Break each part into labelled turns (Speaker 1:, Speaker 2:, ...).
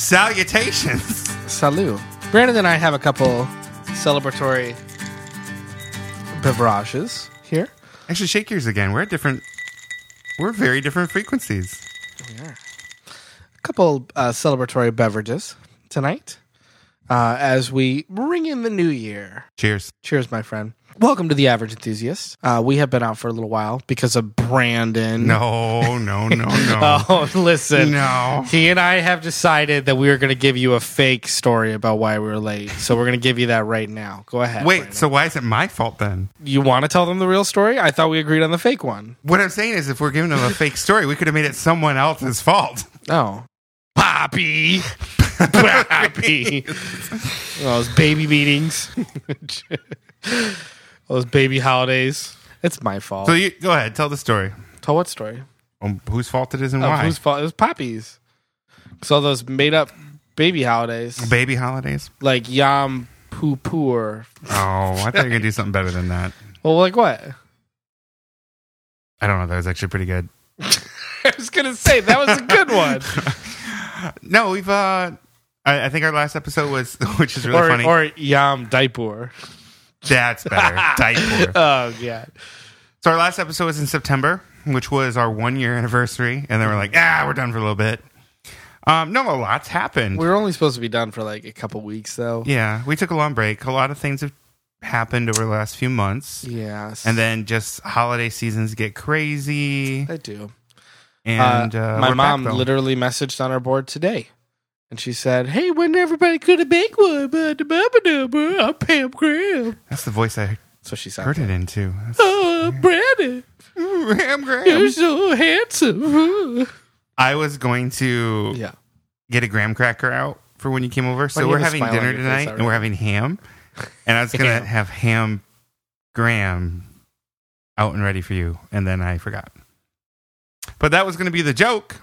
Speaker 1: Salutations.
Speaker 2: Salut. Brandon and I have a couple celebratory beverages here.
Speaker 1: Actually, shake yours again. We're at different. We're very different frequencies.
Speaker 2: A couple uh, celebratory beverages tonight uh, as we ring in the new year.
Speaker 1: Cheers.
Speaker 2: Cheers, my friend. Welcome to the Average Enthusiast. Uh, we have been out for a little while because of Brandon.
Speaker 1: No, no, no, no.
Speaker 2: Oh, listen.
Speaker 1: No.
Speaker 2: He and I have decided that we are going to give you a fake story about why we were late. So we're going to give you that right now. Go ahead.
Speaker 1: Wait,
Speaker 2: Brandon.
Speaker 1: so why is it my fault then?
Speaker 2: you want to tell them the real story? I thought we agreed on the fake one.
Speaker 1: What I'm saying is, if we're giving them a fake story, we could have made it someone else's fault.
Speaker 2: Oh. Poppy. Poppy. Those baby meetings. Those baby holidays. It's my fault.
Speaker 1: So you go ahead, tell the story.
Speaker 2: Tell what story?
Speaker 1: Um, whose fault it is and
Speaker 2: Oh,
Speaker 1: why?
Speaker 2: whose fault? It was Poppy's. Because all those made up baby holidays,
Speaker 1: Baby holidays.
Speaker 2: like Yom Poopoor.
Speaker 1: Oh, I thought you were gonna do something better than that.
Speaker 2: Well, like what?
Speaker 1: I don't know. That was actually pretty good.
Speaker 2: I was gonna say that was a good one.
Speaker 1: No, we've. uh I, I think our last episode was, which is really
Speaker 2: or,
Speaker 1: funny.
Speaker 2: or Yom Diaper.
Speaker 1: That's better. Diaper.
Speaker 2: Oh god.
Speaker 1: So our last episode was in September, which was our one year anniversary, and then we're like, ah, we're done for a little bit. Um, no, a lot's happened.
Speaker 2: We were only supposed to be done for like a couple weeks though.
Speaker 1: yeah, we took a long break. A lot of things have happened over the last few months,
Speaker 2: Yes.
Speaker 1: and then just holiday seasons get crazy.
Speaker 2: I do.
Speaker 1: And uh,
Speaker 2: my
Speaker 1: we're back,
Speaker 2: mom
Speaker 1: though.
Speaker 2: literally messaged on our board today. And she said, Hey, when everybody could have baked one, but the Baba Dubba, I'm Pam Graham.
Speaker 1: that's the voice I
Speaker 2: So she said,
Speaker 1: heard it into. That's-
Speaker 2: Oh, Brandon,
Speaker 1: Graham,
Speaker 2: you're
Speaker 1: Graham.
Speaker 2: so handsome.
Speaker 1: I was going to
Speaker 2: yeah.
Speaker 1: get a graham cracker out for when you came over. So
Speaker 2: you
Speaker 1: we're
Speaker 2: have
Speaker 1: having
Speaker 2: a smile on
Speaker 1: dinner
Speaker 2: your face
Speaker 1: tonight, and
Speaker 2: already.
Speaker 1: we're having ham. And I was gonna
Speaker 2: Ham.
Speaker 1: have ham graham out and ready for you, and then I forgot. But that was gonna be the joke.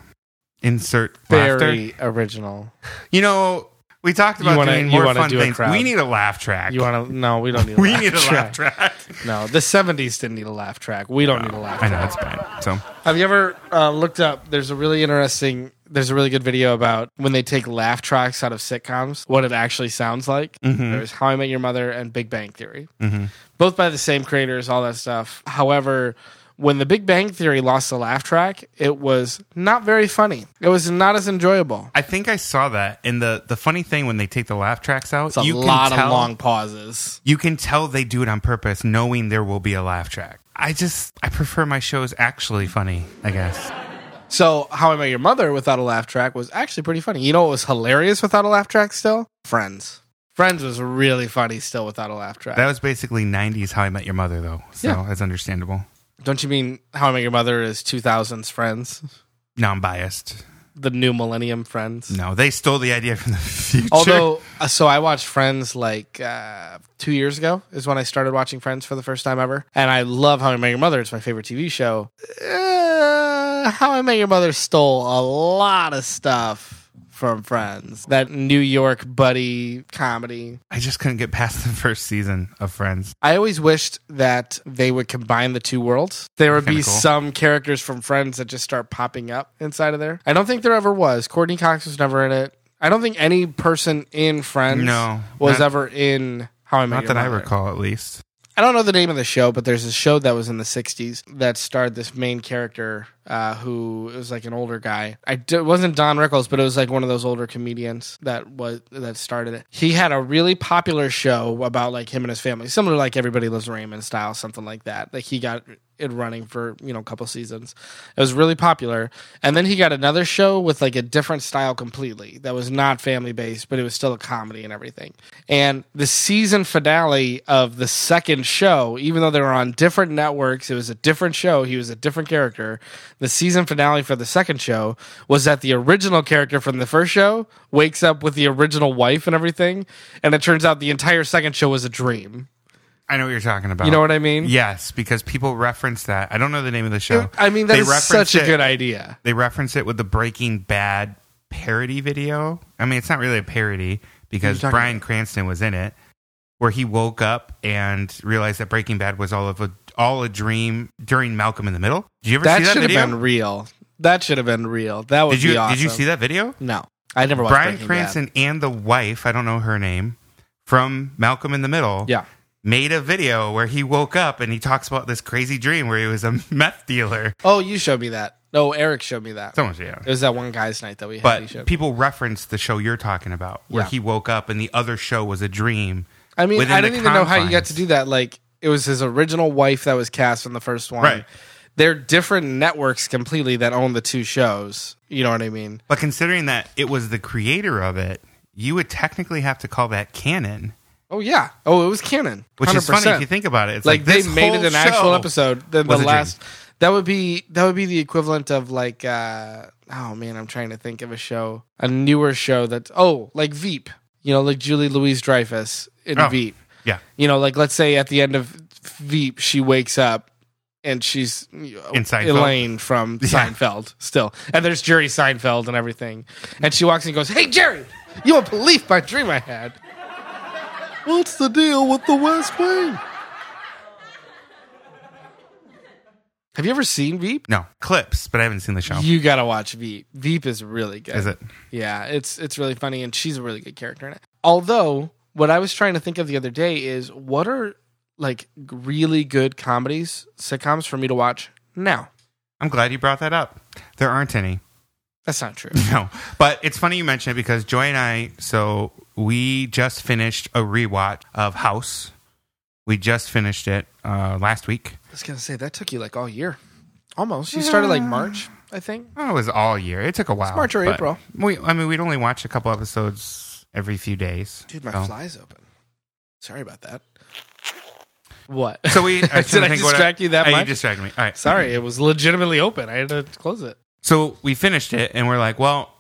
Speaker 1: Insert laughter.
Speaker 2: Very original.
Speaker 1: You know, we talked
Speaker 2: You
Speaker 1: about
Speaker 2: wanna-
Speaker 1: doing
Speaker 2: you
Speaker 1: more
Speaker 2: wanna
Speaker 1: fun
Speaker 2: do a
Speaker 1: things.
Speaker 2: crowd.
Speaker 1: We need a laugh track.
Speaker 2: You want to? No, we don't need a
Speaker 1: we
Speaker 2: laugh
Speaker 1: need a
Speaker 2: track.
Speaker 1: laugh track.
Speaker 2: No, the 70s didn't need a laugh track. We don't need a laugh
Speaker 1: I
Speaker 2: track.
Speaker 1: know it's bad. So
Speaker 2: Have you ever uh, looked up? There's a really interesting, there's a really good video about when they take laugh tracks out of sitcoms, what it actually sounds like.
Speaker 1: Mm-hmm.
Speaker 2: There's How I Met Your Mother and Big Bang Theory, both by the same creators, all that stuff. However, when the Big Bang Theory lost the laugh track, it was not very funny. It was not as enjoyable.
Speaker 1: I think I saw that. And the the funny thing when they take the laugh tracks out,
Speaker 2: It's a
Speaker 1: you
Speaker 2: lot
Speaker 1: can tell
Speaker 2: of long pauses.
Speaker 1: you can tell they do it on purpose knowing there will be a laugh track i just i prefer my shows actually funny i guess
Speaker 2: So, How I Met Your Mother without a laugh track was actually pretty funny. You know what was hilarious without a laugh track still? Friends. Friends was really funny still without a laugh track.
Speaker 1: that was basically 90s how i met your mother though so
Speaker 2: Yeah.
Speaker 1: that's understandable
Speaker 2: Don't you mean How I Met Your Mother is 2000s Friends?
Speaker 1: no i'm biased
Speaker 2: The new millennium Friends?
Speaker 1: no they stole the idea from the future
Speaker 2: Although, uh, so I watched Friends like uh, two years ago is when I started watching Friends for the first time ever, and I love How I Met Your Mother. It's my favorite TV show. Uh, How I Met Your Mother stole a lot of stuff from Friends. That New York buddy comedy.
Speaker 1: i just couldn't get past the first season of friends
Speaker 2: I always wished that they would combine the two worlds. There would be
Speaker 1: Kinda cool.
Speaker 2: some characters from Friends that just start popping up inside of there. I don't think there ever was. Courtney Cox was never in it. I don't think any person in Friends
Speaker 1: No,
Speaker 2: was
Speaker 1: not-
Speaker 2: ever in How I Met
Speaker 1: not
Speaker 2: Your
Speaker 1: that i
Speaker 2: Mother.
Speaker 1: recall at least
Speaker 2: I don't know the name of the show, but there's a show that was in the '60s that starred this main character uh, who was like an older guy. I d- it wasn't Don Rickles, but it was like one of those older comedians that was that started it. He had a really popular show about like him and his family, similar to like Everybody Loves Raymond style, something like that. Like he got it running for you know a couple seasons. It was really popular, and then he got another show with like a different style completely that was not family based, but it was still a comedy and everything. And the season finale of the second show, even though they were on different networks, it was a different show. He was a different character. The season finale for the second show was that the original character from the first show wakes up with the original wife and everything, and it turns out the entire second show was a dream.
Speaker 1: i know what you're talking about
Speaker 2: You know what I mean?
Speaker 1: yes because people reference that i don't know the name of the show
Speaker 2: I mean that
Speaker 1: They
Speaker 2: is
Speaker 1: reference
Speaker 2: such a
Speaker 1: it-
Speaker 2: good idea.
Speaker 1: they reference it with the Breaking Bad parody video. I mean, it's not really a parody because
Speaker 2: What are you talking
Speaker 1: Brian Cranston was in it, where he woke up and realized that Breaking Bad was all of a all a dream during Malcolm in the Middle. Did you ever
Speaker 2: That
Speaker 1: see that
Speaker 2: should have
Speaker 1: video?
Speaker 2: been real. That should have been real. That would
Speaker 1: did you
Speaker 2: be awesome.
Speaker 1: did you see that video?
Speaker 2: No. I never watched
Speaker 1: Brian
Speaker 2: Breaking
Speaker 1: Cranston and the wife, I don't know her name, from Malcolm in the Middle,
Speaker 2: Bad. Yeah.
Speaker 1: made a video where he woke up and he talks about this crazy dream where he was a meth dealer.
Speaker 2: Oh, you showed me that. No, Eric showed me that.
Speaker 1: Someone's yeah.
Speaker 2: it was that one guy's night that we had. he
Speaker 1: But
Speaker 2: showed-
Speaker 1: people reference the show you're talking about, where
Speaker 2: Yeah.
Speaker 1: he woke up and the other show was a dream.
Speaker 2: I mean,
Speaker 1: within
Speaker 2: I
Speaker 1: the
Speaker 2: don't even know how you got to
Speaker 1: confines.
Speaker 2: do that. Like, it was his original wife that was cast in the first one.
Speaker 1: Right.
Speaker 2: They're different networks completely that own the two shows. You know what I mean?
Speaker 1: But considering that it was the creator of it, you would technically have to call that canon,
Speaker 2: Oh yeah. Oh, it was canon.
Speaker 1: which is funny
Speaker 2: 100%.
Speaker 1: if you think about it. It's
Speaker 2: like,
Speaker 1: like,
Speaker 2: they
Speaker 1: this
Speaker 2: made it
Speaker 1: whole
Speaker 2: an actual
Speaker 1: show-
Speaker 2: episode. Then the
Speaker 1: was a dream.
Speaker 2: last that would be that would be the equivalent of like uh oh man, I'm trying to think of a show, a newer show that's oh like Veep. You know, like Julie Louise Dreyfus in
Speaker 1: Oh.
Speaker 2: Veep.
Speaker 1: Yeah.
Speaker 2: You know, like let's say at the end of Veep, she wakes up. And she's you know,
Speaker 1: In Seinfeld.
Speaker 2: Elaine from
Speaker 1: Yeah.
Speaker 2: Seinfeld still. And there's Jerry Seinfeld and everything. And she walks in and goes, Hey, Jerry, you won't believe my dream I had. What's the deal with the West Wing? Have you ever seen Veep?
Speaker 1: No, clips, but I haven't seen the show.
Speaker 2: You gotta watch Veep. Veep is really good.
Speaker 1: Is it?
Speaker 2: Yeah, it's it's really funny, and she's a really good character in it. Although, what I was trying to think of the other day is what are like really good comedies, sitcoms for me to watch now.
Speaker 1: I'm glad you brought that up. There aren't any.
Speaker 2: That's not true.
Speaker 1: No, but it's funny you mention it because Joy and I, so we just finished a rewatch of House. We just finished it uh, last week.
Speaker 2: I was gonna say that took you like all year, almost. You started like March, I think.
Speaker 1: Oh, it was all year. It took a while.
Speaker 2: March or
Speaker 1: but
Speaker 2: April.
Speaker 1: We, I mean, we'd only watch a couple episodes every few days.
Speaker 2: Dude, my
Speaker 1: Oh.
Speaker 2: fly's open. Sorry about that. What?
Speaker 1: So we I was
Speaker 2: Did
Speaker 1: trying to
Speaker 2: I
Speaker 1: think what
Speaker 2: distract you that
Speaker 1: I, You
Speaker 2: much?
Speaker 1: distracted me. All right.
Speaker 2: Sorry, it was legitimately open. I had to close it.
Speaker 1: So we finished it, and we're like, well,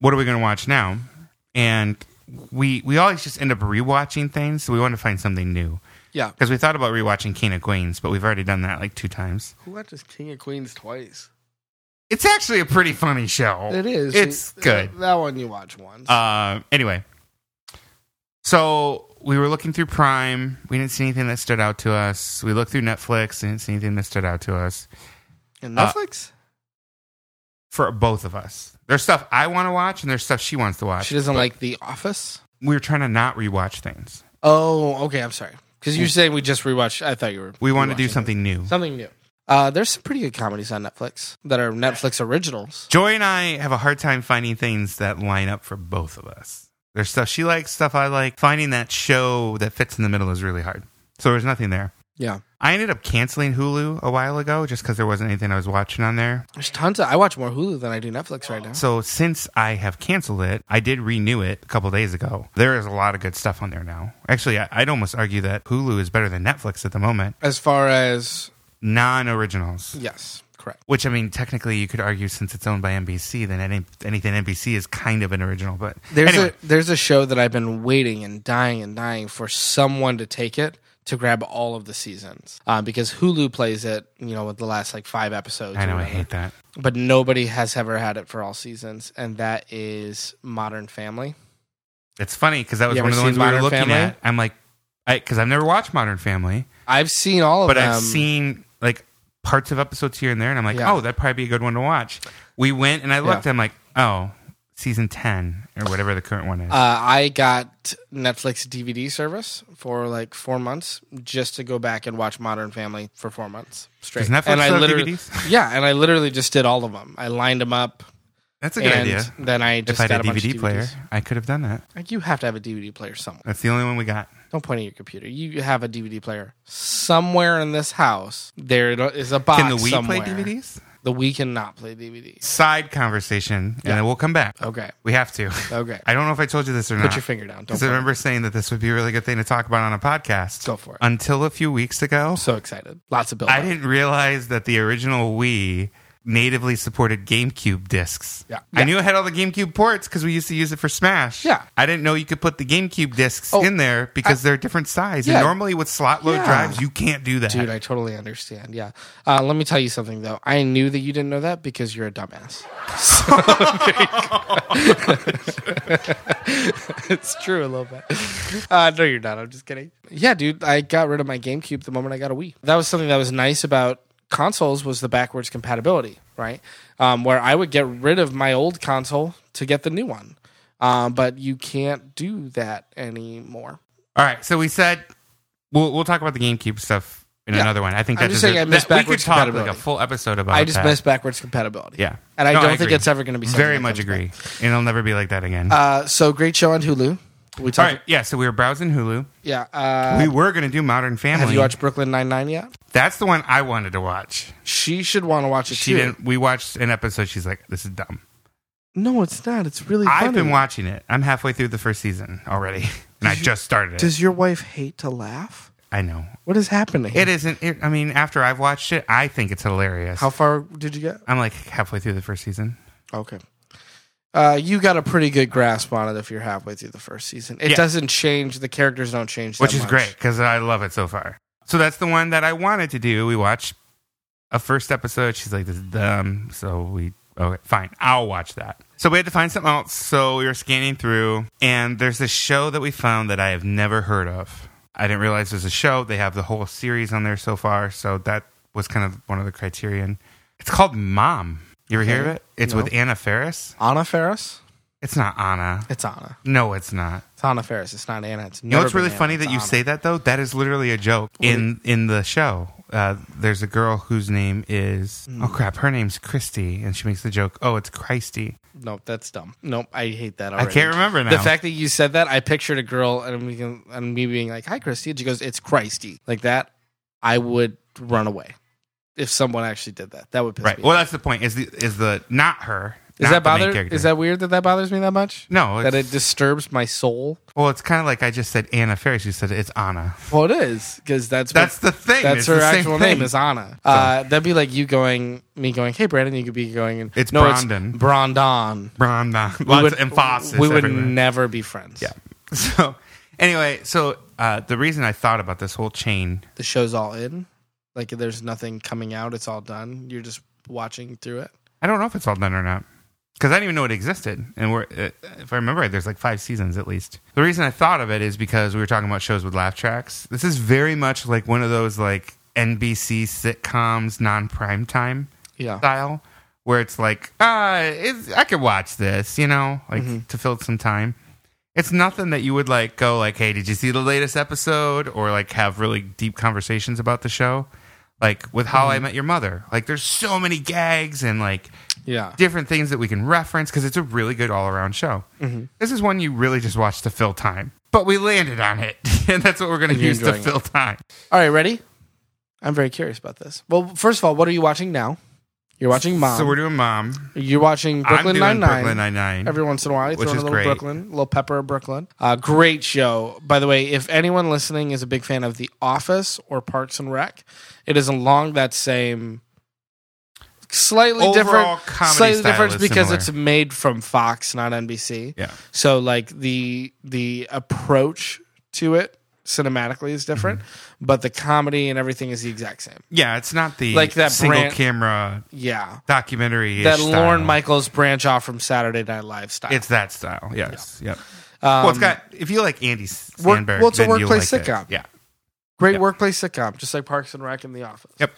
Speaker 1: what are we going to watch now? And we we always just end up rewatching things, so we want to find something new
Speaker 2: Yeah.
Speaker 1: because we thought about rewatching King of Queens, but we've already done that like two times.
Speaker 2: Who watches King of Queens twice?
Speaker 1: It's actually a pretty funny show.
Speaker 2: It is.
Speaker 1: Oh, It's
Speaker 2: That-
Speaker 1: good.
Speaker 2: That one you watch once.
Speaker 1: Uh, anyway, so we were looking through Prime. We didn't see anything that stood out to us. We looked through Netflix. Didn't see anything that stood out to us
Speaker 2: and
Speaker 1: uh,
Speaker 2: Netflix?
Speaker 1: for both of us. There's stuff I want to watch, and there's stuff she wants to watch.
Speaker 2: she doesn't like The Office?
Speaker 1: We were trying to not rewatch things.
Speaker 2: Oh, okay. I'm sorry. Because you're saying we just rewatched. I thought you were.
Speaker 1: We want to do
Speaker 2: rewatching
Speaker 1: something new.
Speaker 2: it. Something new. Uh, there's some pretty good comedies on Netflix that are Netflix originals.
Speaker 1: Joy and I have a hard time finding things that line up for both of us. There's stuff she likes, stuff I like. Finding that show that fits in the middle is really hard. So there's nothing there.
Speaker 2: Yeah.
Speaker 1: I ended up canceling Hulu a while ago just because there wasn't anything I was watching on there.
Speaker 2: There's tons of. I watch more Hulu than I do Netflix right now.
Speaker 1: So since I have canceled it, I did renew it a couple days ago. There is a lot of good stuff on there now. Actually, I- I'd almost argue that Hulu is better than Netflix at the moment.
Speaker 2: As far as.
Speaker 1: Non originals,
Speaker 2: Yes, correct.
Speaker 1: which I mean, technically, you could argue since it's owned by NBC, then any, anything NBC is kind of an original. But
Speaker 2: There's
Speaker 1: anyway,
Speaker 2: a there's a show that I've been waiting and dying and dying for someone to take it to grab all of the seasons uh, because Hulu plays it, you know, with the last like five episodes.
Speaker 1: I
Speaker 2: or
Speaker 1: know I
Speaker 2: whatever.
Speaker 1: hate that.
Speaker 2: but nobody has ever had it for all seasons, and that is Modern Family.
Speaker 1: It's funny because that was
Speaker 2: You
Speaker 1: one of
Speaker 2: ever
Speaker 1: the ones
Speaker 2: seen
Speaker 1: we were
Speaker 2: Modern
Speaker 1: looking
Speaker 2: Family?
Speaker 1: at. I'm like, because I've never watched Modern Family.
Speaker 2: I've seen all of
Speaker 1: but
Speaker 2: them.
Speaker 1: I've seen like parts of episodes here and there, and I'm like,
Speaker 2: um, Yeah.
Speaker 1: oh, that'd probably be a good one to watch. We went and I looked, I'm like, oh, season 10 or whatever the current one is.
Speaker 2: Uh, I got Netflix DVD service for like four months just to go back and watch Modern Family for four months straight.
Speaker 1: Does Netflix
Speaker 2: and I
Speaker 1: sell
Speaker 2: literally,
Speaker 1: DVDs?
Speaker 2: yeah, and I literally just did all of them. I lined them up,
Speaker 1: That's a good
Speaker 2: and
Speaker 1: idea.
Speaker 2: then I just
Speaker 1: If I
Speaker 2: got
Speaker 1: had a
Speaker 2: a bunch of
Speaker 1: DVD player,
Speaker 2: DVDs.
Speaker 1: I could have done that.
Speaker 2: Like you have to have a DVD player somewhere.
Speaker 1: That's the only one we got.
Speaker 2: Don't point at your computer. You have a DVD player somewhere in this house. There is a box.
Speaker 1: Can the Wii
Speaker 2: somewhere.
Speaker 1: play DVDs?
Speaker 2: The Wii cannot play DVDs.
Speaker 1: Side conversation, and then we'll come back.
Speaker 2: Okay.
Speaker 1: We have to.
Speaker 2: Oh. Okay.
Speaker 1: I don't know if I told you this or
Speaker 2: Put
Speaker 1: not.
Speaker 2: your finger down. Don't
Speaker 1: Because I
Speaker 2: point.
Speaker 1: remember saying that this would be a really good thing to talk about on a podcast.
Speaker 2: Go for it.
Speaker 1: Until a few weeks ago,
Speaker 2: I'm so excited. Lots of build.
Speaker 1: I didn't realize that the original Wii natively supported GameCube discs.
Speaker 2: Yeah.
Speaker 1: I knew it had all the GameCube ports because we used to use it for Smash.
Speaker 2: Yeah.
Speaker 1: I didn't know you could put the GameCube discs
Speaker 2: Oh,
Speaker 1: in there because they're a different size.
Speaker 2: Yeah.
Speaker 1: And normally with slot load
Speaker 2: Yeah.
Speaker 1: drives, you can't do that.
Speaker 2: Dude, I totally understand. Yeah. Uh, let me tell you something though. I knew that you didn't know that because you're a dumbass. So, it's true a little bit. Uh, no, you're not. I'm just kidding. Yeah, dude, I got rid of my GameCube the moment I got a Wii. That was something that was nice about consoles was the backwards compatibility, right? Um, where I would get rid of my old console to get the new one. Um, but you can't do that anymore.
Speaker 1: All right, so we said we'll we'll talk about the GameCube stuff in
Speaker 2: Yeah.
Speaker 1: another one. I think that
Speaker 2: I'm just saying
Speaker 1: deserves-
Speaker 2: I miss
Speaker 1: that- we could
Speaker 2: backwards
Speaker 1: talk like a
Speaker 2: compatibility.
Speaker 1: full episode about.
Speaker 2: I just
Speaker 1: that.
Speaker 2: miss backwards compatibility.
Speaker 1: Yeah,
Speaker 2: And I
Speaker 1: No, I
Speaker 2: don't think
Speaker 1: agree.
Speaker 2: it's ever going to be something
Speaker 1: very
Speaker 2: that
Speaker 1: much
Speaker 2: comes
Speaker 1: agree, and it'll never be like that again.
Speaker 2: back. Uh, so great show on Hulu. We
Speaker 1: All
Speaker 2: talked.
Speaker 1: right, yeah. So we were browsing Hulu.
Speaker 2: Yeah. Uh,
Speaker 1: we were gonna do Modern Family.
Speaker 2: have you watched Brooklyn Nine Nine yet?
Speaker 1: That's the one I wanted to watch.
Speaker 2: She should want to watch it.
Speaker 1: She
Speaker 2: too.
Speaker 1: didn't. We watched an episode. She's like, "This is dumb."
Speaker 2: No, it's not. It's really.
Speaker 1: I've
Speaker 2: funny.
Speaker 1: been watching it. I'm halfway through the first season already, and I
Speaker 2: Does you-
Speaker 1: just started it.
Speaker 2: Does your wife hate to laugh?
Speaker 1: I know
Speaker 2: What is happening?
Speaker 1: it isn't. It, I mean, after I've watched it, I think it's hilarious.
Speaker 2: How far did you get?
Speaker 1: I'm like halfway through the first season.
Speaker 2: Okay. Uh, you got a pretty good grasp on it if you're halfway through the first season. It
Speaker 1: Yeah.
Speaker 2: doesn't change. The characters don't change, that
Speaker 1: which is
Speaker 2: much.
Speaker 1: great because I love it so far. So that's the one that I wanted to do. We watched a first episode. She's like, "This is dumb," so we okay, fine. I'll watch that. So we had to find something else. So we were scanning through, and there's this show that we found that I have never heard of. I didn't realize there's a show. They have the whole series on there so far. So that was kind of one of the criterion. It's called Mom. You ever hear of
Speaker 2: Okay.
Speaker 1: it? It's
Speaker 2: No.
Speaker 1: with Anna Ferris.
Speaker 2: Anna Ferris.
Speaker 1: It's not Anna.
Speaker 2: It's Anna.
Speaker 1: No, it's not.
Speaker 2: It's Anna Ferris. It's not Anna. It's
Speaker 1: You know,
Speaker 2: never
Speaker 1: it's really
Speaker 2: been Um, Anna.
Speaker 1: funny
Speaker 2: It's
Speaker 1: that you
Speaker 2: Anna.
Speaker 1: say that though. That is literally a joke in in the show. Uh, there's a girl whose name is
Speaker 2: Hmm.
Speaker 1: oh crap, her name's Christy, and she makes the joke, oh, it's Christy.
Speaker 2: Nope, that's dumb. Nope, I hate that already.
Speaker 1: I can't remember now.
Speaker 2: The fact that you said that, I pictured a girl and me, and me being like, "Hi, Christy," and she goes, "It's Christy," like that. I would run away if someone actually did that. That would piss
Speaker 1: right.
Speaker 2: me.
Speaker 1: Well,
Speaker 2: off.
Speaker 1: that's the point. Is the is the not her? not
Speaker 2: Is that
Speaker 1: the main
Speaker 2: bother?
Speaker 1: character.
Speaker 2: Is that weird that that bothers me that much?
Speaker 1: no? It's,
Speaker 2: That it disturbs my soul.
Speaker 1: well, it's kind of like I just said Anna Ferris. You said it's Anna.
Speaker 2: Well, it is because that's what-
Speaker 1: That's the thing.
Speaker 2: that's
Speaker 1: it's
Speaker 2: her
Speaker 1: the same
Speaker 2: actual
Speaker 1: thing.
Speaker 2: name is Anna. Uh, that'd be like you going, me going, "Hey, Brandon," you could be going, and
Speaker 1: It's Brandon.
Speaker 2: it's Brandon.
Speaker 1: Branda.
Speaker 2: We
Speaker 1: Lots
Speaker 2: would-
Speaker 1: of emphasis.
Speaker 2: We would
Speaker 1: everywhere.
Speaker 2: never be friends.
Speaker 1: yeah. So anyway, so uh, the reason I thought about this whole chain
Speaker 2: the show's all in. Like there's nothing coming out. It's all done. You're just watching through it.
Speaker 1: I don't know if it's all done or not because I didn't even know it existed. And we're, uh, if I remember right, there's like five seasons at least. The reason I thought of it is because we were talking about shows with laugh tracks. This is very much like one of those like NBC sitcoms, non prime time
Speaker 2: Yeah.
Speaker 1: style, where it's like, ah, it's, I could watch this, you know, like to fill some time. It's nothing that you would like go like, hey, did you see the latest episode? Or like have really deep conversations about the show. Like with How I Met Your Mother. Like there's so many gags and like
Speaker 2: Yeah.
Speaker 1: different things that we can reference because it's a really good all around show.
Speaker 2: Mm-hmm.
Speaker 1: This is one you really just watch to fill time, but we landed on it, and that's what we're going to
Speaker 2: And you're
Speaker 1: use to
Speaker 2: enjoying it.
Speaker 1: fill time.
Speaker 2: All right, ready? I'm very curious about this. Well, first of all, what are you watching now? You're watching Mom.
Speaker 1: So we're doing Mom.
Speaker 2: You're watching
Speaker 1: I'm
Speaker 2: Brooklyn
Speaker 1: doing
Speaker 2: Nine
Speaker 1: Brooklyn
Speaker 2: Nine.
Speaker 1: Nine Nine.
Speaker 2: Every once in a while, you
Speaker 1: Which
Speaker 2: throw in a
Speaker 1: is
Speaker 2: little
Speaker 1: great.
Speaker 2: Brooklyn, a little pepper of Brooklyn. Uh, great show. By the way, if anyone listening is a big fan of The Office or Parks and Rec, it is along that same slightly
Speaker 1: Overall
Speaker 2: different
Speaker 1: comedy
Speaker 2: slightly
Speaker 1: style
Speaker 2: different
Speaker 1: is
Speaker 2: because
Speaker 1: similar.
Speaker 2: it's made from Fox, not NBC.
Speaker 1: Yeah,
Speaker 2: So like the the approach to it cinematically is different,
Speaker 1: Mm-hmm.
Speaker 2: but the comedy and everything is the exact same.
Speaker 1: yeah. It's not the
Speaker 2: Like that
Speaker 1: single
Speaker 2: brand-
Speaker 1: camera
Speaker 2: Yeah.
Speaker 1: documentary.
Speaker 2: That Lorne Michaels branch off from Saturday Night Live style.
Speaker 1: It's that style. Yes. Yep.
Speaker 2: Um,
Speaker 1: well, it's got. If you like Andy
Speaker 2: work-
Speaker 1: Sandberg,
Speaker 2: well, it's a
Speaker 1: then you'll
Speaker 2: workplace
Speaker 1: like it.
Speaker 2: sitcom.
Speaker 1: Yeah.
Speaker 2: great
Speaker 1: yeah.
Speaker 2: workplace sitcom, just like Parks and Rec and The Office.
Speaker 1: Yep.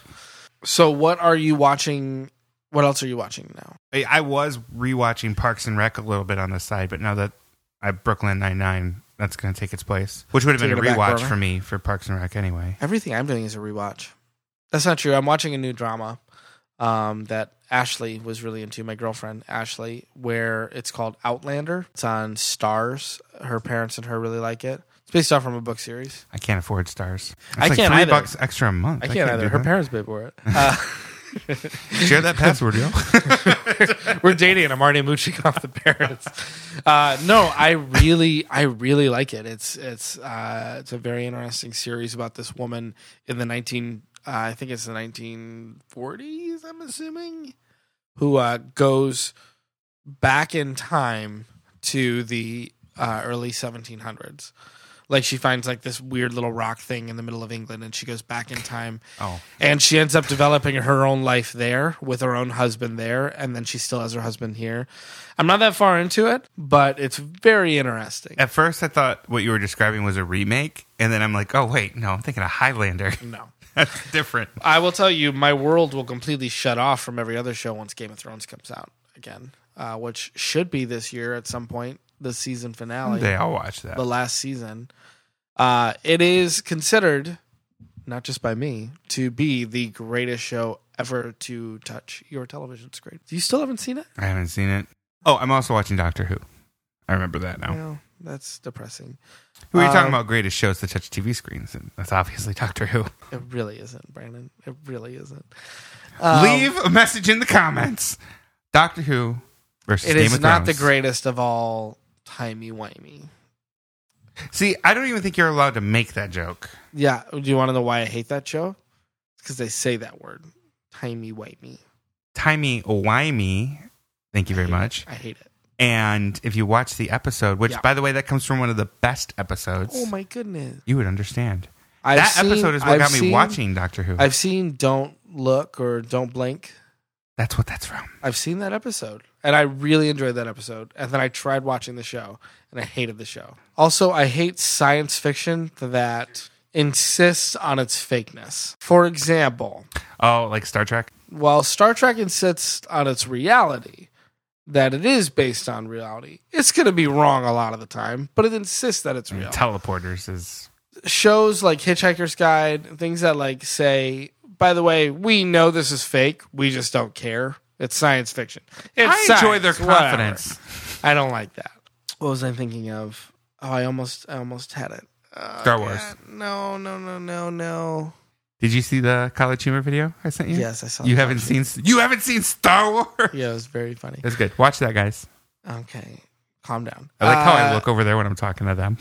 Speaker 2: So what are you watching? What else are you watching now?
Speaker 1: I, I was rewatching Parks and Rec a little bit on the side, but now that I Brooklyn Nine Nine, that's going to take its place, which would have been a
Speaker 2: Taking it back
Speaker 1: rewatch
Speaker 2: burner.
Speaker 1: for me for Parks and Rec anyway.
Speaker 2: Everything I'm doing is a rewatch. That's not true. I'm watching a new drama um, that Ashley was really into, my girlfriend Ashley, where it's called Outlander. It's on Stars. Her parents and her really like it. It's based off from a book series.
Speaker 1: I can't afford stars. It's
Speaker 2: I
Speaker 1: like
Speaker 2: can't
Speaker 1: three
Speaker 2: either.
Speaker 1: bucks extra a month.
Speaker 2: I can't, either.
Speaker 1: do
Speaker 2: Her
Speaker 1: that.
Speaker 2: parents paid for it. Uh,
Speaker 1: Share that password, yo.
Speaker 2: we're dating and I'm already mooching off the parents. Uh, no, I really, I really like it. It's it's uh, it's a very interesting series about this woman in the nineteen, uh, I think it's the nineteen forties. I'm assuming who uh, goes back in time to the uh, early 1700s. Like she finds like this weird little rock thing in the middle of England, and she goes back in time
Speaker 1: oh,
Speaker 2: and she ends up developing her own life there with her own husband there and then she still has her husband here i'm not that far into it but it's very interesting
Speaker 1: at first I thought what you were describing was a remake, and then I'm like, oh wait, no, I'm thinking of Highlander.
Speaker 2: no
Speaker 1: that's different.
Speaker 2: i will tell you my world will completely shut off from every other show once game of thrones comes out again uh, which should be this year at some point the season finale,
Speaker 1: They all watch that.
Speaker 2: the last season. Uh, it is considered, not just by me, to be the greatest show ever to touch your television screen. You still haven't seen it?
Speaker 1: I haven't seen it. Oh, I'm also watching Doctor Who. I remember that now.
Speaker 2: No, that's depressing.
Speaker 1: We were talking
Speaker 2: Um,
Speaker 1: about greatest shows to touch TV screens, and that's obviously Doctor Who.
Speaker 2: It really isn't, Brandon. It really isn't. Um,
Speaker 1: Leave a message in the comments. Doctor Who versus
Speaker 2: It
Speaker 1: Game
Speaker 2: is
Speaker 1: of
Speaker 2: not the
Speaker 1: Thrones.
Speaker 2: greatest of all timey wimey.
Speaker 1: See, I don't even think you're allowed to make that joke.
Speaker 2: Yeah. Do you want to know why I hate that show? Because they say that word, timey wimey.
Speaker 1: Timey wimey. Thank you very much.
Speaker 2: I hate it.
Speaker 1: And if you watch the episode, which
Speaker 2: Yeah.
Speaker 1: by the way, that comes from one of the best episodes,
Speaker 2: Oh my goodness.
Speaker 1: you would understand.
Speaker 2: I've
Speaker 1: that
Speaker 2: seen-
Speaker 1: episode is what
Speaker 2: I've
Speaker 1: got me
Speaker 2: seen-
Speaker 1: watching Doctor Who.
Speaker 2: I've seen "Don't Look" or "Don't Blink."
Speaker 1: that's what that's from.
Speaker 2: I've seen that episode, and I really enjoyed that episode. And then I tried watching the show, and I hated the show. Also, I hate science fiction that insists on its fakeness. For example,
Speaker 1: Oh, like Star Trek.
Speaker 2: while Star Trek insists on its reality, that it is based on reality, it's going to be wrong a lot of the time, but it insists that it's real.
Speaker 1: Teleporters is
Speaker 2: Shows like Hitchhiker's Guide, things that like say, by the way, we know this is fake, we just don't care. It's science fiction. It's
Speaker 1: I enjoy
Speaker 2: science,
Speaker 1: their
Speaker 2: whatever.
Speaker 1: confidence.
Speaker 2: I don't like that. What was I thinking of? Oh, I almost, I almost had it. Uh,
Speaker 1: Star Wars.
Speaker 2: yeah. No, no, no, no, no.
Speaker 1: Did you see the college humor video I sent you?
Speaker 2: Yes, I saw.
Speaker 1: You
Speaker 2: that.
Speaker 1: haven't seen you haven't seen Star Wars.
Speaker 2: Yeah, it was very funny.
Speaker 1: That's good. Watch that, guys.
Speaker 2: Okay, calm down.
Speaker 1: I like how I
Speaker 2: Uh,
Speaker 1: look over there when I'm talking to them.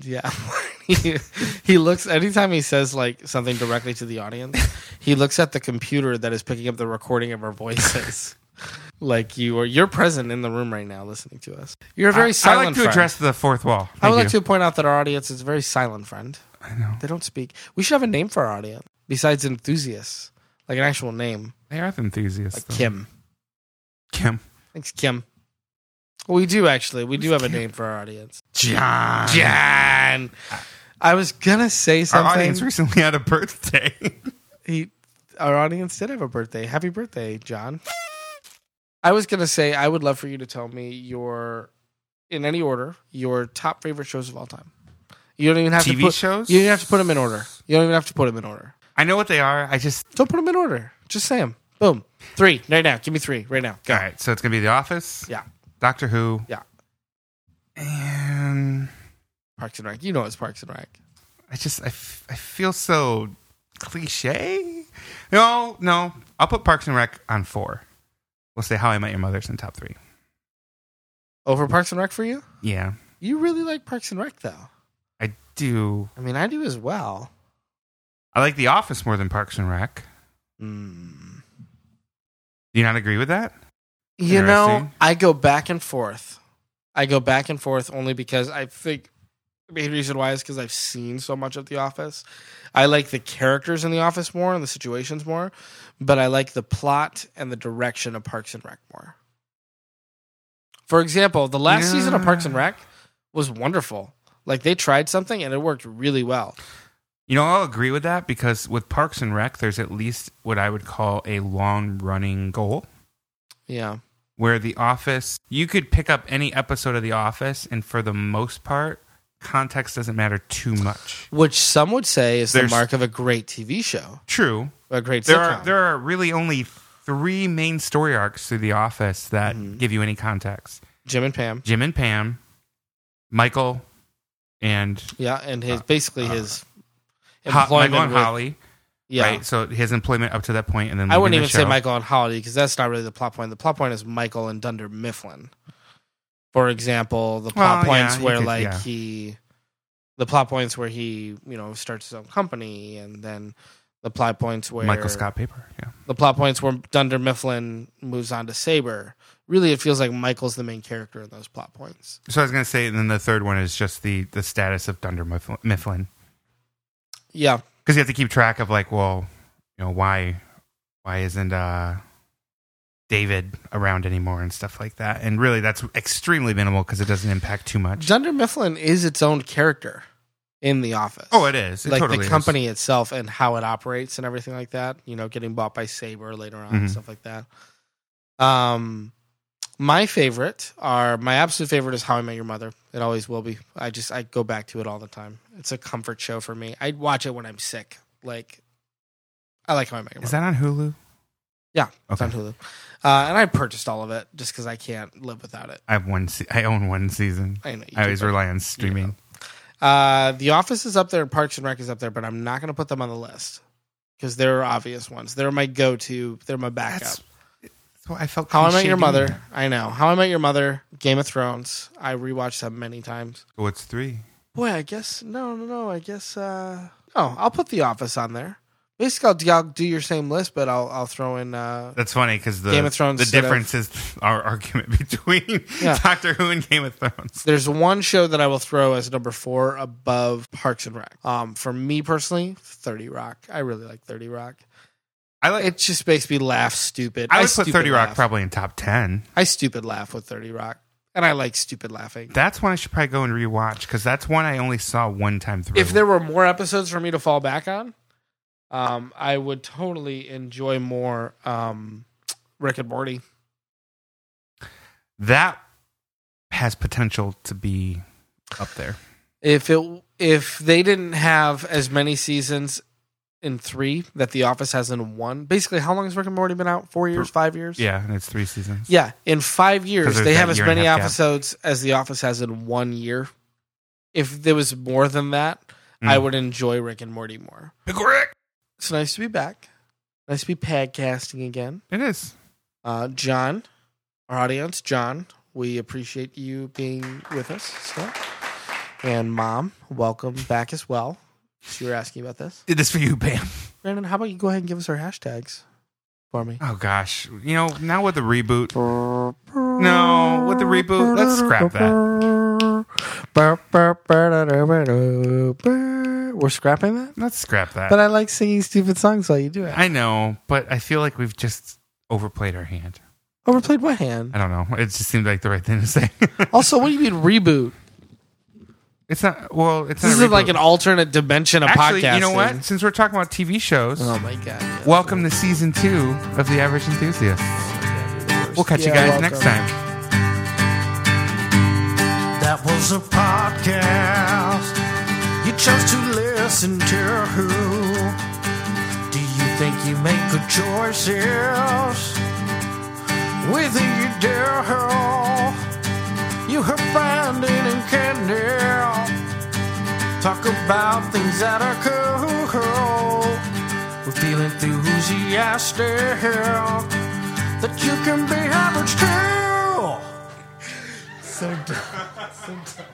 Speaker 2: Yeah. he, he looks anytime he says like something directly to the audience, he looks at the computer that is picking up the recording of our voices. like you are you're present in the room right now listening to us. You're a very
Speaker 1: I,
Speaker 2: silent
Speaker 1: I like to
Speaker 2: friend.
Speaker 1: address the fourth wall.
Speaker 2: I
Speaker 1: Thank
Speaker 2: would like
Speaker 1: you.
Speaker 2: to point out that our audience is very silent friend.
Speaker 1: I know
Speaker 2: They don't speak. We should have a name for our audience besides enthusiasts. Like an actual name.
Speaker 1: they are enthusiasts.
Speaker 2: Like
Speaker 1: though.
Speaker 2: Kim.
Speaker 1: Kim,
Speaker 2: Thanks, Kim. We do actually. We do have a name for our audience.
Speaker 1: John,
Speaker 2: Jan. I was gonna say
Speaker 1: Uh, Our
Speaker 2: something.
Speaker 1: audience recently had a birthday.
Speaker 2: he our audience did have a birthday. Happy birthday, John. I was gonna say I would love for you to tell me your in any order, your top favorite shows of all time. You don't even have
Speaker 1: TV
Speaker 2: to put,
Speaker 1: shows.
Speaker 2: you don't even have to put them in order. You don't even have to put them in order.
Speaker 1: I know what they are. I just
Speaker 2: Don't put them in order. Just say them. Boom. Three right now. Give me three right now.
Speaker 1: all right. So it's gonna be The Office.
Speaker 2: Yeah.
Speaker 1: Doctor Who.
Speaker 2: Yeah.
Speaker 1: And
Speaker 2: Parks and Rec. You know it's Parks and Rec.
Speaker 1: I just I, f- I feel so cliche. No, no. I'll put Parks and Rec on four. We'll say How I Met Your Mother's in top three.
Speaker 2: Over Parks and Rec for you?
Speaker 1: Yeah,
Speaker 2: You really like Parks and Rec though.
Speaker 1: I do.
Speaker 2: I mean, I do as well.
Speaker 1: I like The Office more than Parks and Rec.
Speaker 2: Hmm.
Speaker 1: Do you not agree with that?
Speaker 2: You know,
Speaker 1: Interesting.
Speaker 2: I go back and forth. I go back and forth only because I think the main reason why is because I've seen so much of The Office. I like the characters in The Office more and the situations more, but I like the plot and the direction of Parks and Rec more. For example, the last season of Parks and
Speaker 1: Yeah.
Speaker 2: Rec was wonderful. Like they tried something and it worked really well.
Speaker 1: You know, I'll agree with that because with Parks and Rec, there's at least what I would call a long running goal.
Speaker 2: Yeah.
Speaker 1: Where The Office, you could pick up any episode of The Office, and for the most part, context doesn't matter too much.
Speaker 2: Which some would say is
Speaker 1: There's-
Speaker 2: the mark of a great TV show,
Speaker 1: True,
Speaker 2: a great
Speaker 1: there
Speaker 2: sitcom.
Speaker 1: are there are really only three main story arcs through The Office that
Speaker 2: Mhm.
Speaker 1: give you any context:
Speaker 2: Jim and Pam.
Speaker 1: Jim and Pam, Michael, and
Speaker 2: Yeah, and his basically his
Speaker 1: Uh, Ho-
Speaker 2: employment.
Speaker 1: Michael and
Speaker 2: with-
Speaker 1: Holly.
Speaker 2: yeah,
Speaker 1: Right, so his employment up to that point, and then
Speaker 2: I wouldn't
Speaker 1: leaving
Speaker 2: even
Speaker 1: the
Speaker 2: say
Speaker 1: show.
Speaker 2: Michael and Holly because that's not really the plot point. The plot point is Michael and Dunder Mifflin. For example, the plot
Speaker 1: Well, yeah,
Speaker 2: points
Speaker 1: you
Speaker 2: where
Speaker 1: could-
Speaker 2: like
Speaker 1: yeah.
Speaker 2: he, the plot points where he you know starts his own company, and then the plot points where
Speaker 1: Michael Scott Paper. Yeah.
Speaker 2: the plot points where Dunder Mifflin moves on to Saber. Really, it feels like Michael's the main character in those plot points.
Speaker 1: So I was gonna say, and then the third one is just the the status of Dunder Mifflin- Mifflin,
Speaker 2: Yeah,
Speaker 1: because you have to keep track of like, well, you know, why why isn't uh David around anymore and stuff like that. And really, that's extremely minimal because it doesn't impact too much.
Speaker 2: Dunder Mifflin is its own character in the office.
Speaker 1: Oh, it is. It
Speaker 2: like
Speaker 1: totally
Speaker 2: the
Speaker 1: is.
Speaker 2: company itself and how it operates and everything
Speaker 1: Mm-hmm.
Speaker 2: like that. You know, getting bought by Saber later on
Speaker 1: Mhm.
Speaker 2: and stuff like that. Um, My favorite are my absolute favorite is How I Met Your Mother. It always will be. I just I go back to it all the time. It's a comfort show for me. I watch it when I'm sick. Like I like How I Met Your Mother.
Speaker 1: Is that on Hulu?
Speaker 2: Yeah, it's
Speaker 1: Okay.
Speaker 2: on Hulu. Uh, and I purchased all of it just because I can't live without it.
Speaker 1: I have one. Se- I own one season.
Speaker 2: I know. You
Speaker 1: I always
Speaker 2: do, but-
Speaker 1: rely on streaming.
Speaker 2: Uh, the Office is up there, Parks and Rec is up there, but I'm not going to put them on the list because they're obvious ones. They're my go-to. They're my backup.
Speaker 1: That's, that's what I felt.
Speaker 2: How I
Speaker 1: kinda
Speaker 2: Met Your
Speaker 1: shitty.
Speaker 2: Mother. I know. How I Met Your Mother. Game of Thrones. I rewatched that many times.
Speaker 1: So it's three?
Speaker 2: Boy, I guess no, no, no. I guess uh, oh, I'll put The Office on there. Basically, I'll, do- I'll do your same list, but I'll I'll throw in uh,
Speaker 1: That's funny because the
Speaker 2: Game of Thrones
Speaker 1: The
Speaker 2: instead of-
Speaker 1: difference is our argument between
Speaker 2: Yeah.
Speaker 1: Doctor Who and Game of Thrones.
Speaker 2: There's one show that I will throw as number four above Parks and Rec. Um, for me personally, Thirty Rock. I really like Thirty Rock.
Speaker 1: I like.
Speaker 2: It just makes me laugh stupid.
Speaker 1: I would put
Speaker 2: stupid
Speaker 1: Thirty Rock
Speaker 2: laugh.
Speaker 1: probably in top ten.
Speaker 2: I stupid laugh with Thirty Rock, and I like stupid laughing.
Speaker 1: That's one I should probably go and rewatch because that's one I only saw one time through.
Speaker 2: If there were more episodes for me to fall back on, um, I would totally enjoy more um, Rick and Morty.
Speaker 1: that has potential to be up there.
Speaker 2: If it if they didn't have as many seasons in three that The Office has in one, basically, how long has Rick and Morty been out? Four years, five years?
Speaker 1: Yeah, and it's three seasons.
Speaker 2: Yeah, in five
Speaker 1: 'Cause
Speaker 2: years,
Speaker 1: there's
Speaker 2: they
Speaker 1: that
Speaker 2: have as
Speaker 1: year and a
Speaker 2: many
Speaker 1: half gap.
Speaker 2: episodes as The Office has in one year. If there was more than that, I
Speaker 1: Mm.
Speaker 2: would enjoy Rick and Morty more.
Speaker 1: Correct.
Speaker 2: It's nice to be back. Nice to be podcasting again.
Speaker 1: It is.
Speaker 2: Uh, John, our audience, John, we appreciate you being with us still. And Mom, welcome back as well. You were asking about this.
Speaker 1: It is for you, Bam.
Speaker 2: Brandon, how about you go ahead and give us our hashtags for me?
Speaker 1: Oh gosh, you know now with the reboot, No, with the reboot, let's scrap
Speaker 2: that. We're scrapping that?
Speaker 1: let's scrap that.
Speaker 2: But I like singing stupid songs while you do it.
Speaker 1: I know, but I feel like we've just overplayed our hand.
Speaker 2: Overplayed what hand?
Speaker 1: I don't know. It just seemed like the right thing to say.
Speaker 2: Also, what do you mean reboot?
Speaker 1: it's not. Well, it's
Speaker 2: This
Speaker 1: not a
Speaker 2: is like
Speaker 1: reboot.
Speaker 2: an alternate dimension of
Speaker 1: Actually,
Speaker 2: podcasting.
Speaker 1: you know what? Since we're talking about TV shows,
Speaker 2: Oh my god. yeah.
Speaker 1: welcome to season two of The Average Enthusiast. We'll catch you
Speaker 2: Yeah,
Speaker 1: guys
Speaker 2: welcome.
Speaker 1: next time.
Speaker 3: That was a podcast you chose to listen to. Who do you think you make good choices? Whether you dare, you have finding and candy. Talk about things that are cool. We feel enthusiastic that you can be average too.
Speaker 2: So dumb. So dumb.